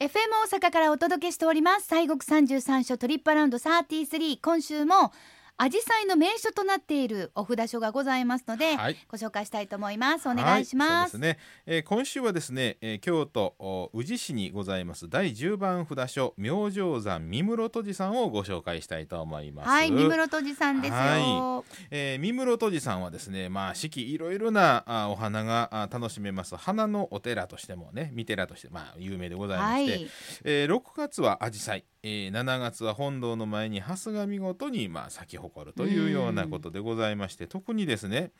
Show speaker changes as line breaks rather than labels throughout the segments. FM 大阪からお届けしております西国三十三所トリップアラウンド33今週も紫陽花の名所となっているお札所がございますので、
はい
ご紹介したいと思いますお願いします,、
はいそうですね、えー今週はですね、えー京都お宇治市にございます第10番札所明星山三室戸寺さんをご紹介したいと思います。
はい三室戸寺さんですよ、
はえー三室戸寺さんはですね、まあ、四季いろいろなあお花があ楽しめます花のお寺としてもね三寺として、まあ、有名でございま
は
し
い
て、えー6月は紫陽花えー7月は本堂の前に蓮が見事に、まあ、咲き誇るというようなことでございまして特にですね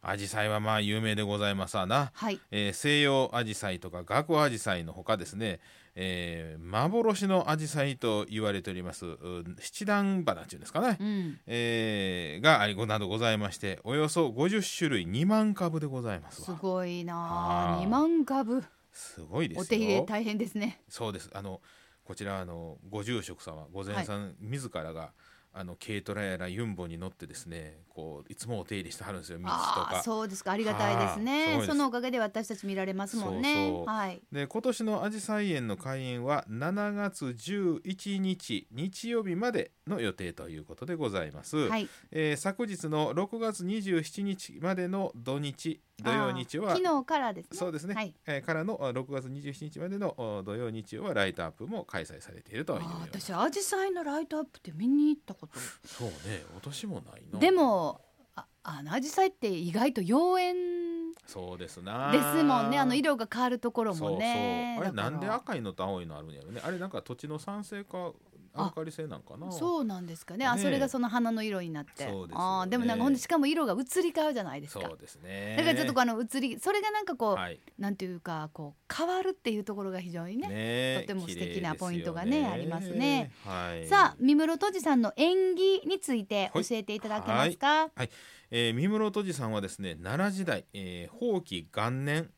紫陽花はまあ有名でございますわな。
はい
えー西洋アジサイとかガコアジサイのほかですね、えー幻のアジサイと言われておりますうん七段花っていうんですかね、
うん
えーがありごなどございましておよそ50種類2万株でございます
す
わ
ごいな
は
あ
あ
二万株
すごいですよ
お手入れ大変ですね
そうですあのこちらあのご住職様御前さん、自らがあの軽トラやらユンボに乗ってですねこういつもお手入れしてはるんですよ道と
ああ
か
そうですかありがたいです
はあす
ね
ごいです
そのおかげで私たち見られますもんね
そうそう
はい
で今年のアジサイ園の開園は7月11日日曜日までの予定ということでございます、
はい
えー昨日の6月27日までの土日土曜日
あ
は
あ昨日からですね
そうですね、
はい
えーからのあ6月27日までのお土曜日曜はライトアップも開催されているというよう
あ
な
あ私アジサイのライトアップって見に行ったこと
そうね私もないの
でもああのアジサイって意外と妖艶
そうですな
ですもんねあの色が変わるところもね
そうそうあれなんで
だから
赤いのと青いのあるんやろねあれなんか土地の酸性かアルカリ性なんかな
そうなんですかねあ
ねえ
それがその花の色になって
そうですよね
ああでもなんかほんでしかも色が移り変わるじゃないですか
そうですね
だからちょっとこうあの移りそれがなんかこう、
はい
なんていうかこう変わるっていうところが非常にね
ね
とても素敵な
綺麗ですよ
ポイントがねありますね。
はい、
さあ三室戸寺さんの演技について教えていただけますか、
えー三室戸寺さんはですね奈良時代、えー、宝亀元年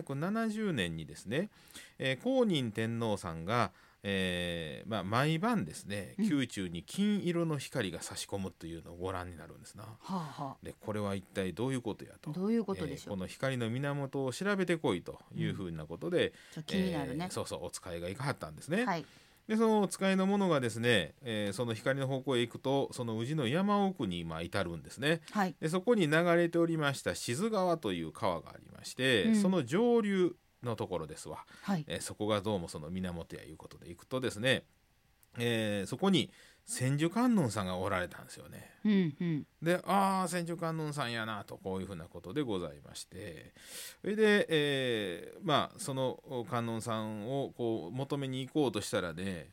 770年にですね、えー公認天皇さんが、えーまあ、毎晩ですね
うん
宮中に金色の光が差し込むというのをご覧になるんですな。
はあは
でこれは一体どういうことや
あ
と。
どういうことでし
えー
ょう、
この光の源を調べてこいというふうなことで、
ちょっと気になるね
えー、そうそうお使いがいかはったんですね。
はい
でそのお使いのものがですね、えーその光の方向へ行くとその宇治の山奥に今至るんですね
はい
でそこに流れておりました志津川という川がありまして、
うん
その上流のところですわ、
はい
えーそこがどうもその源やいうことで行くとですね、えーそこに千手観音さんがおられたんですよね。
うんうん
でああ千手観音さんやなとこういうふうなことでございましてそれで、えーまあそのお観音さんをこう求めに行こうとしたらね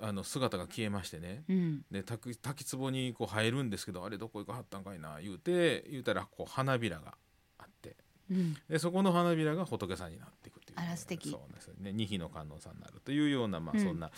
あの姿が消えましてね
うん
で滝滝壺にこう入るんですけどあれどこ行かはったんかいな言うて言うたらこう花びらがあって
うん
でそこの花びらが仏さんになっていくっていう、
あら素敵
そうなんですよね二匹の観音さんになるというような、まあ、
うん
そんな、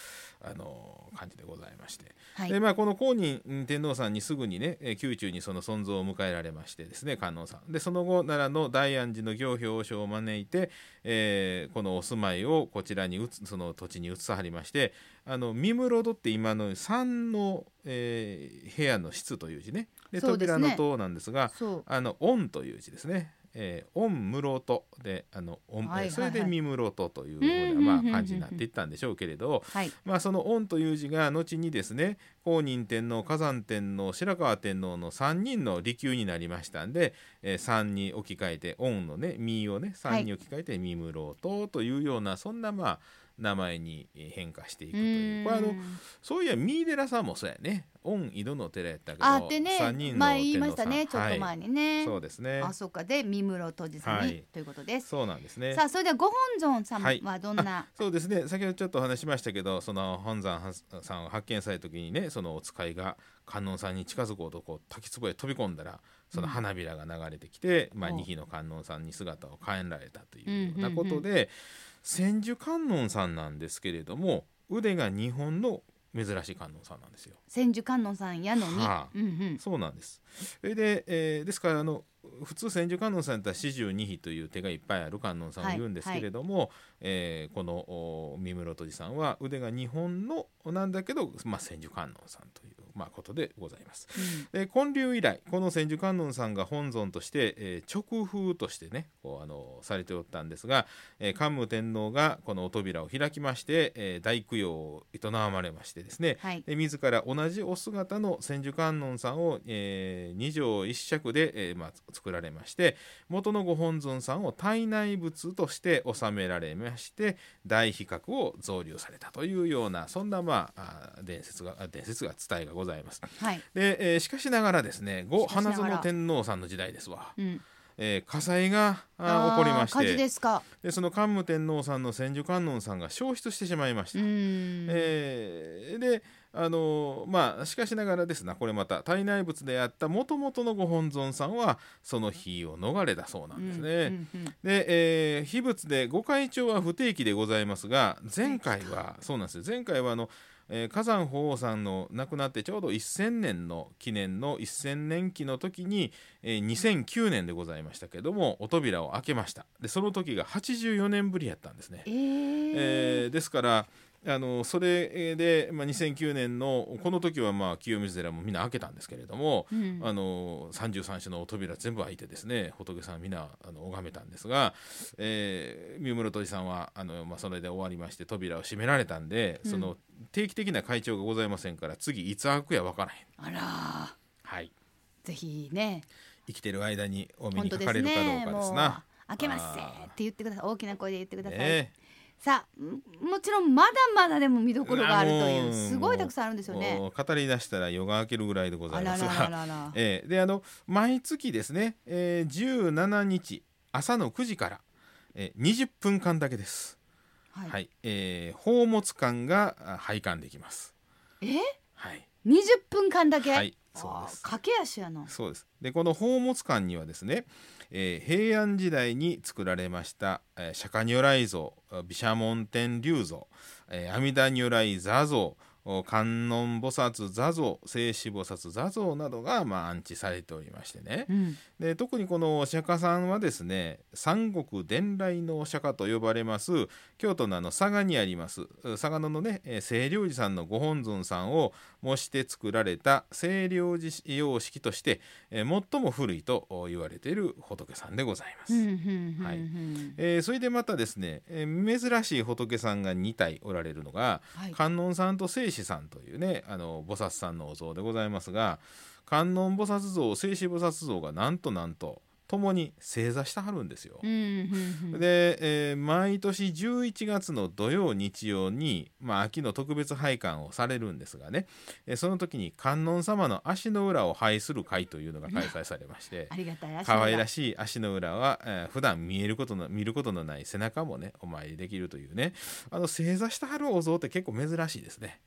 あの感じでございまして。
はい
でまあ、この公認天皇さんにすぐにねえー宮中にその存像を迎えられましてですね観音さんでその後奈良の大安寺の行表和尚を招いて、えーこのお住まいをこちらに移その土地に移さはりましてあの三室戸って今の三の、えー部屋の室という字ねで
そうですね
扉の塔なんですが
そう
あの恩という字ですね。えー、御室戸であの、御
はいはいはい
それで三室戸というような、
うんうんうんうんうん
まあ、感じになっていったんでしょうけれど、
はい
まあ、その恩という字が後にですね公認天皇崋山天皇白河天皇の3人の離宮になりましたんで、えー、3に置き換えて恩のね身をね3に置き換えて三室戸というようなそんなまあ名前にえー変化していくというこれあ
う
の
ーん
そういや三井寺さんもそうやね恩井戸の寺やったけど
あってね
3人の
前言いましたね
天皇
ちょ
さん
っと
は
前
い
にね、
そうですね
あそうかで三室戸寺さんに、
はい
ということです
そうなんですね
さあそれではご本尊様
はい
はどんな、
そうですね先ほどちょっとお話しましたけどその本山はさんを発見された時にねそのお使いが観音さんに近づこうとこう滝壺へ飛び込んだらその花びらが流れてきて、まあ、
お
二匹の観音さんに姿を変えられたというようなことで、千手観音さんなんですけれども腕が2本の珍しい観音さんなんですよ。
千手観音さんやのに、
はあ
うんうん
そうなんです。それで、えーですからあの普通千手観音さんやったら四十二比という手がいっぱいある観音さんを言うんですけれども、えーこのお三室戸寺さんは腕が二本のなんだけど、まあ、千手観音さんというまあ、ことでございます。えー建立以来この千手観音さんが本尊として、えー直風としてねこうあのされておったんですが、えー桓武天皇がこのお扉を開きまして、えー大供養を営まれましてですね、
はい
で自ら同じお姿の千手観音さんを、え2畳1尺で、えーまあ、作られまして元のご本尊さんを体内仏として納められまして大比較を増留されたというようなそんな、まあ、あー伝説があ伝説が伝えがございます。
はい、
で、えーしかしながらですね後
しかしな
花
がら
園天皇さんの時代ですわ、
うん、
えー火災があー起こりまし
あー火事
て
ですか
でその桓武天皇さんの千手観音さんが焼失してしまいまし
う
た。
ん、
えーであのーまあしかしながらですなこれまた体内物であった元々のご本尊さんはその日を逃れたそうなんですね。
うんうんうん
で、えー秘仏で御開帳は不定期でございますが前回はそうなんですよ前回はあの、えー火山法皇さんの亡くなってちょうど1000年の記念の1000年期の時に、えー2009年でございましたけどもお扉を開けましたでその時が84年ぶりやったんですね
え、ー
えーですからあのそれで、まあ、2009年のこの時は、まあ、清水寺もみんな開けたんですけれども、
うん
あの33種のお扉全部開いてですね仏さん皆あの拝めたんですが、えー三室鳥さんはあの、まあ、それで終わりまして扉を閉められたんで、
うん
その定期的な会長がございませんから次いつ開くや分からへん、
あらー
はい、
ぜひね
生きてる間にお目
本
に
当
か
で
か
す
れるかど
ね
うかで
も
す
う
な。
開けますぜ
あー
って言ってください大きな声で言ってください、
ね
さあんもちろんまだまだでも見どころがあると
う
い
ん
うすごいたくさんあるんですよね
もう語り出したら夜が明けるぐらいでござ
あ
い
ら
ま
ら
す
ら
が
ららら
えーであの毎月ですね、えー17日朝の9時から、えー20分間だけです。
はい、
はい、えー、宝物館があ拝観できます。
え
はい、
20分間だけ、
はい、
あー
そうです。
駆け足やの
そうです。で、この宝物館にはですね、えー平安時代に作られました、えー釈迦如来像、あ毘沙門天龍像、えー阿弥陀如来座像、お観音菩薩座像、聖子菩薩座像などがまあ安置されておりましてね。
うん
で特にこのお釈迦さんはですね三国伝来のお釈迦と呼ばれます京都のあの佐賀にありますう嵯峨野のねえー清涼寺さんのご本尊さんを模して作られた清涼寺様式としてえー最も古いとお言われている仏さんでございます。
うんうんうんうん
はいえーそれでまたですね、えー珍しい仏さんが2体おられるのが、
はい
観音さんと聖子さんというねあの菩薩さんのお像でございますが観音菩薩像聖子菩薩像がなんとなんと共に正座してはるんですよ。
うんうんうん
で、えー毎年11月の土曜日曜に、まあ、秋の特別拝観をされるんですがね、えーその時に観音様の足の裏を拝する会というのが開催されまして
ありがたい足
可愛ら
しい
しい足の裏は、えー普段見えることの見ることのない背中もねお参りできるというねあの正座してはるお像って結構珍しいですね、
うん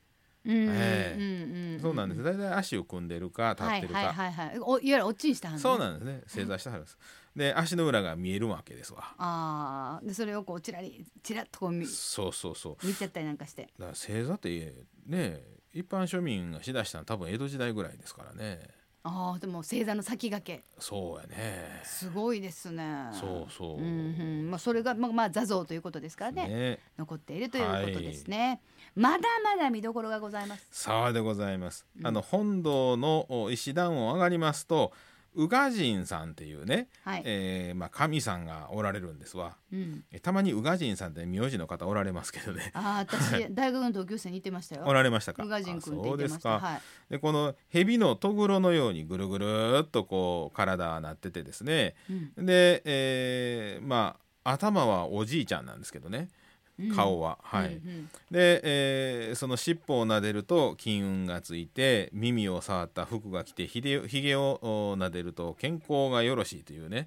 うん
え
うんうん
そうなんです大体足を組んでるか立ってるか、
はいはいはいはいおいわゆるおっちんしたはんね
そうなんですね正座してはるんですで足の裏が見えるわけですわ
ああでそれをこうちらりちらっとこう見
そうそうそう
見ちゃったりなんかして
だから正座ってね一般庶民がしだしたのは多分江戸時代ぐらいですからね
ああでも星座の先駆け
そうやね
すごいですね
そうそう
うんうんまあ、それがまあまあ座像ということですからね
ね
残っているということですね、まだまだ見どころがございます
さあでございます。あの本堂のお石段を上がりますと宇賀神さんっていうね、
はい、
えーまあ、神さんがおられるんですわ。
うん、
えたまに宇賀神さんって名字の方おられますけどね。
ああ私大学の同級生に言ってましたよ
おられましたか。
宇賀神君って
あそ
言
う
って
で
ますした
か。
はい
でこの蛇のとぐろのようにぐるぐるっとこう体はなっててですね。
うん
で、えーまあ頭はおじいちゃんなんですけどね。
うん
顔は、はい。
うんうん
で、えーその尻尾を撫でると金運がついて耳を触った服が来てひでひげをお撫でると健康がよろしいというね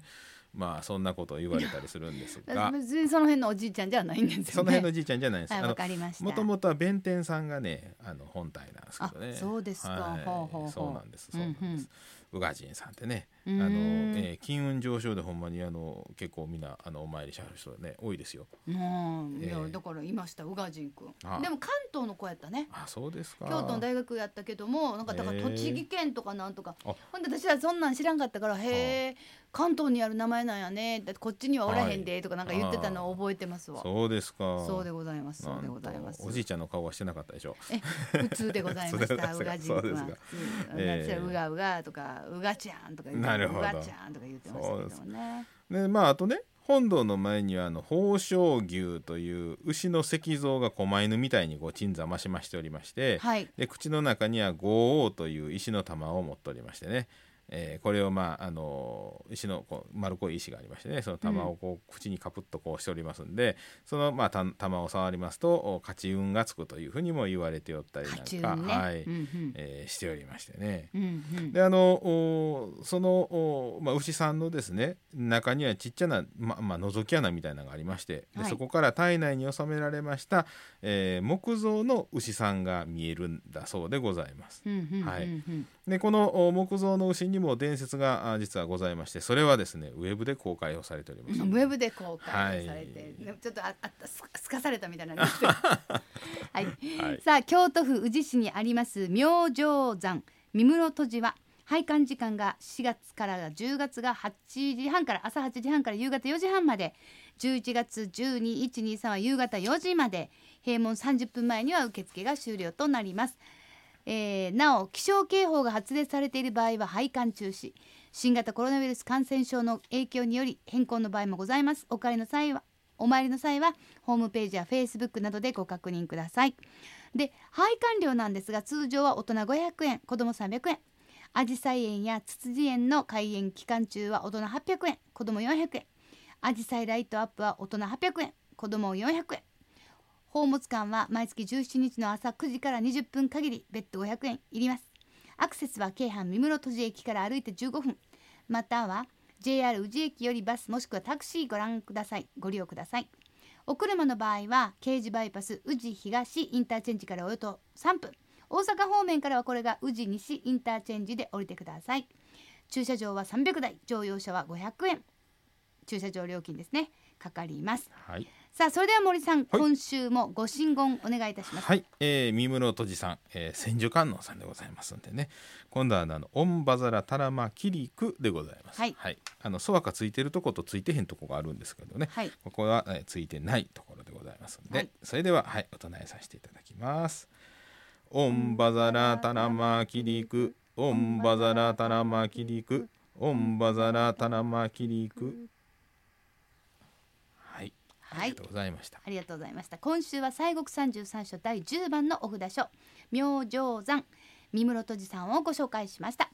まあそんなことを言われたりするんです が
別にその辺のおじいちゃんじゃないんですよね
その辺のじいちゃんじゃないです、
はい
あ
わ
の
かりました
もともとは弁天さんがねあの本体なんですけどね
あそうですか
はい
ほうほうほう
そうなんですそうなんです、
うんうん
宇賀神さんってねあ
うー
の、え
ん
ー金運上昇でほんまにあの結構みんなあのお参りしはる人ね多いですよ
うん、いや
えー
だからいました宇賀神君
あ
でも関東の子やったね
あそうですか
京都の大学やったけどもなんかだから
へー
栃木県とかなんとか、
あ
ほんで私らそんなん知らんかったからへえ関東にある名前なんやねだってこっちにはおらへんでとかなんか言ってたの
あ
を覚えてますわ、
そうですか
そうでございます
なん
そうでございます
とおじいちゃんの顔はしてなかったでしょ
え普通でございまし
そうで
た
すか
うがじんくんは
そうですか
普通
ええ
うがうがとかうがちゃんとか言って
なるほど
うがちゃんとか言ってましたけどもね
でまああとね本堂の前にはあの宝生牛という牛の石像が狛犬みたいにこう鎮座ましましておりまして、
はい
で口の中には五王という石の玉を持っておりましてね、えーこれをまああの石のこう丸っこい石がありましてねその玉をこう口にカプッとこうしておりますんで、そのまあた玉を触りますとお勝ち運がつくというふうにも言われておったりなん
家
か、
中ね、
はい
うんうん
えーしておりましてね。
うんうん
であのおそのお、まあ、牛さんのですね中にはちっちゃな、ままあ、覗き穴みたいなのがありましてで、
はい
そこから体内に収められました、えー木造の牛さんが見えるんだそうでございます。
うんうんうんうん
はいでこのお木造の牛にも伝説があ実はございましてそれはですねウェブで公開をされております。
ウェブで公開され
は
て
い、
でもちょっとああったすすかされたみたいなん ですけどはい、
はい
さあ京都府宇治市にあります明星山三室戸寺は拝観時間が4月から10月が8時半から朝8時半から夕方4時半まで11月12123は夕方4時まで閉門30分前には受付が終了となりますえーなお気象警報が発令されている場合は拝観中止新型コロナウイルス感染症の影響により変更の場合もございますお帰りの際はお参りの際はホームページやフェイスブックなどでご確認くださいで拝観料なんですが通常は大人500円子ども300円アジサイ園やツツジ園の開園期間中は大人800円子ども400円アジサイライトアップは大人800円子ども400円宝物館は毎月17日の朝9時から20分限り別途500円いりますアクセスは京阪三室戸寺駅から歩いて15分または JR 宇治駅よりバスもしくはタクシーご覧くださいご利用くださいお車の場合は京事バイパス宇治東インターチェンジからおよそ3分大阪方面からはこれが宇治西インターチェンジで降りてください駐車場は300台乗用車は500円駐車場料金ですねかかります
はい
さあそれでは森さん、今週もご神言お願いいたします。
はい、えー、三室戸寺さん、えー、千手観音さんでございますんでね今度はあの「オンバザラタラマキリク」でございます。
はい
あのソワカついてるとことついてへんとこがあるんですけどね、
はい
ここは、えーついてないところでございますんで、
はい
それでは、はい、お唱えさせていただきます。オンバザラタラマキリクオンバザラタラマキリクオンバザラタラマキリクは
は
い、あ
い
りがとうございました。
ありがとうございました。今週は西国三十三所第十番のお札書明星山三室戸寺さんをご紹介しました。